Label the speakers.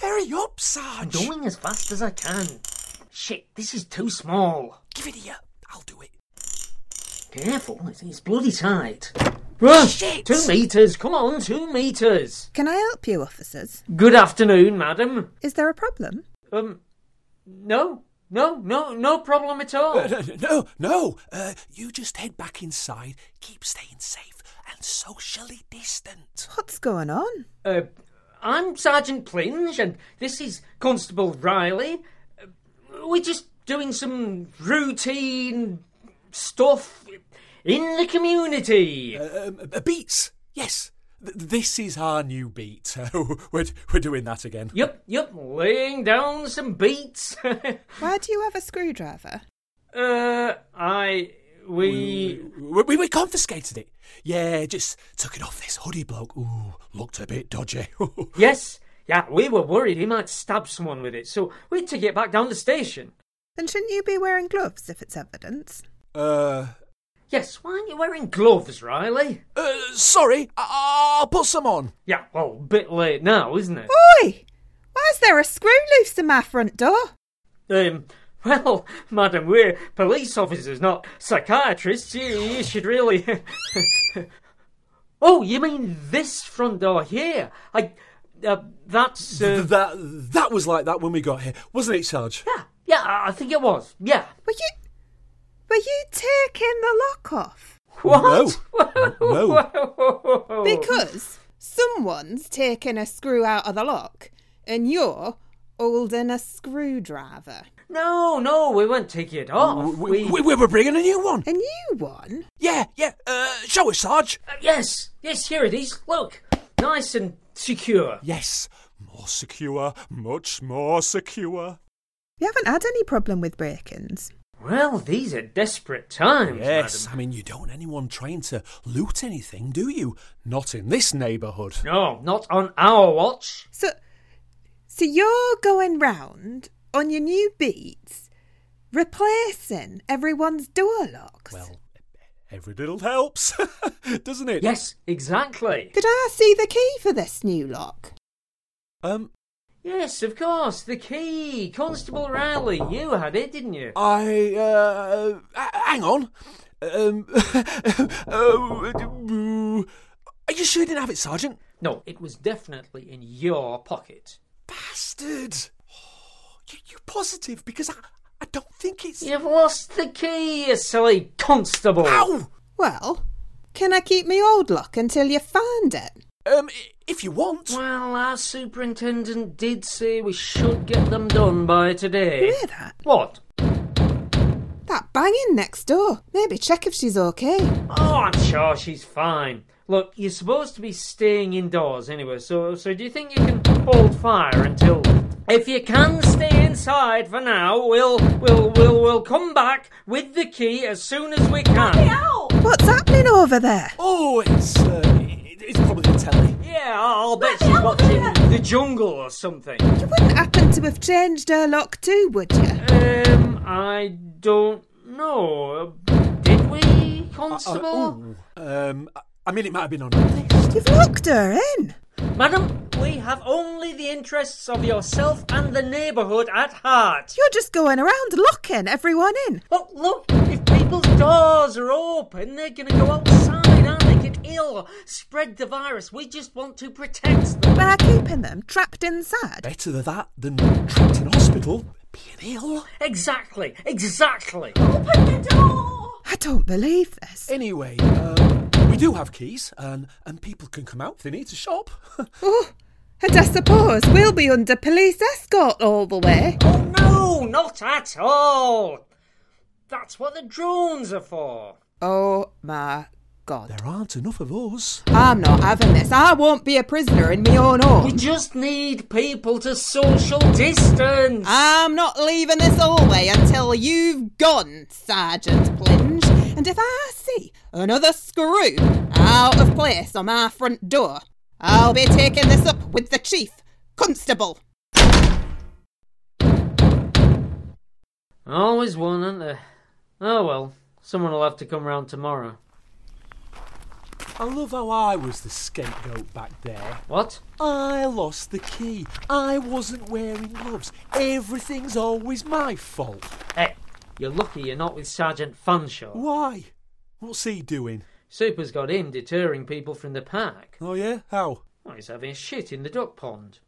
Speaker 1: Hurry up,
Speaker 2: I'm
Speaker 1: Sarge!
Speaker 2: going as fast as I can. Shit, this is too small.
Speaker 1: Give it here. I'll do it.
Speaker 2: Careful, it's, it's bloody tight. Ruh,
Speaker 1: Shit.
Speaker 2: Two metres, come on, two metres.
Speaker 3: Can I help you, officers?
Speaker 2: Good afternoon, madam.
Speaker 3: Is there a problem?
Speaker 2: Um, no, no, no, no problem at all.
Speaker 1: Uh, no, no, no. Uh, you just head back inside. Keep staying safe and socially distant.
Speaker 3: What's going on?
Speaker 2: Uh, I'm Sergeant Plinge, and this is Constable Riley. Uh, we're just doing some routine stuff in the community.
Speaker 1: Um, uh, beats. Yes. Th- this is our new beat. we're, we're doing that again.
Speaker 2: Yup, yup, laying down some beats.
Speaker 3: Why do you have a screwdriver?
Speaker 2: uh, I, we,
Speaker 1: We, we, we confiscated it. Yeah, just took it off this hoodie bloke. Ooh, looked a bit dodgy.
Speaker 2: yes, yeah, we were worried he might stab someone with it, so we took it back down the station.
Speaker 3: Then shouldn't you be wearing gloves if it's evidence?
Speaker 1: uh,
Speaker 2: Yes, why aren't you wearing gloves, Riley?
Speaker 1: uh, sorry. I- I'll put some on.
Speaker 2: Yeah, well, a bit late now, isn't it?
Speaker 3: Oi! Why's there a screw loose in my front door?
Speaker 2: Um, well, madam, we're police officers, not psychiatrists. You, you should really. oh, you mean this front door here? I. Uh, that's. Uh,
Speaker 1: Th- that that was like that when we got here, wasn't it, Sarge?
Speaker 2: yeah, yeah, I I think it was. Yeah.
Speaker 3: Were you. Were you taking the lock off?
Speaker 2: What?
Speaker 1: No. No.
Speaker 2: Whoa.
Speaker 3: Because someone's taking a screw out of the lock and you're holding a screwdriver.
Speaker 2: No, no, we won't take it off.
Speaker 1: We, we, we were bringing a new one.
Speaker 3: A new one?
Speaker 1: Yeah, yeah. Uh, show us, Sarge.
Speaker 2: Uh, yes, yes, here it is. Look, nice and secure.
Speaker 1: Yes, more secure, much more secure.
Speaker 3: We haven't had any problem with break ins.
Speaker 2: Well, these are desperate times,
Speaker 1: Yes,
Speaker 2: madam.
Speaker 1: I mean, you don't want anyone trying to loot anything, do you? Not in this neighbourhood.
Speaker 2: No, not on our watch.
Speaker 3: So, so you're going round on your new beats, replacing everyone's door locks.
Speaker 1: Well, every little helps, doesn't it?
Speaker 2: Yes, exactly.
Speaker 3: Could I see the key for this new lock?
Speaker 1: Um,
Speaker 2: Yes, of course, the key. Constable Riley, you had it, didn't you?
Speaker 1: I, uh, h- hang on. Um, uh, are you sure you didn't have it, Sergeant?
Speaker 2: No, it was definitely in your pocket.
Speaker 1: Bastard! You, you positive? Because I, I don't think it's.
Speaker 2: You've lost the key, you silly constable.
Speaker 1: Ow!
Speaker 3: Well, can I keep my old lock until you find it?
Speaker 1: Um, i- if you want.
Speaker 2: Well, our superintendent did say we should get them done by
Speaker 3: You
Speaker 2: today.
Speaker 3: hear that?
Speaker 2: What?
Speaker 3: That banging next door. Maybe check if she's okay.
Speaker 2: Oh, I'm sure she's fine. Look, you're supposed to be staying indoors anyway, so so do you think you can hold fire until? If you can stay inside for now, we'll we'll we'll we'll come back with the key as soon as we can.
Speaker 3: What's happening over there?
Speaker 1: Oh, it's uh, it, it's probably the telly. Uh,
Speaker 2: Yeah, I'll bet she's watching the jungle or something.
Speaker 3: You wouldn't happen to have changed her lock too, would you?
Speaker 2: Um, I don't know. Did we,
Speaker 1: Uh,
Speaker 2: Constable?
Speaker 1: Um, I- I mean, it might have been on our list.
Speaker 3: You've locked her in.
Speaker 2: Madam, we have only the interests of yourself and the neighbourhood at heart.
Speaker 3: You're just going around locking everyone in.
Speaker 2: Well, look, if people's doors are open, they're going to go outside and they get ill or spread the virus. We just want to protect them.
Speaker 3: By keeping them trapped inside.
Speaker 1: Better than that than trapped in hospital, being ill.
Speaker 2: Exactly, exactly.
Speaker 3: I don't believe this.
Speaker 1: Anyway, um, we do have keys, and and people can come out if they need to shop.
Speaker 3: Oh, and I suppose we'll be under police escort all the way.
Speaker 2: Oh, no, not at all. That's what the drones are for.
Speaker 3: Oh my god.
Speaker 1: there aren't enough of us.
Speaker 3: I'm not having this. I won't be a prisoner in my own
Speaker 2: We
Speaker 3: home.
Speaker 2: just need people to social distance.
Speaker 3: I'm not leaving this hallway until you've gone, Sergeant Plinge. And if I see another screw out of place on my front door, I'll be taking this up with the chief constable.
Speaker 2: Always one, aren't there? Oh well, someone will have to come round tomorrow.
Speaker 1: I love how I was the scapegoat back there.
Speaker 2: What?
Speaker 1: I lost the key. I wasn't wearing gloves. Everything's always my fault.
Speaker 2: Hey, you're lucky you're not with Sergeant Fanshawe.
Speaker 1: Why? What's he doing?
Speaker 2: Super's got him deterring people from the park.
Speaker 1: Oh, yeah? How?
Speaker 2: Well, he's having a shit in the duck pond.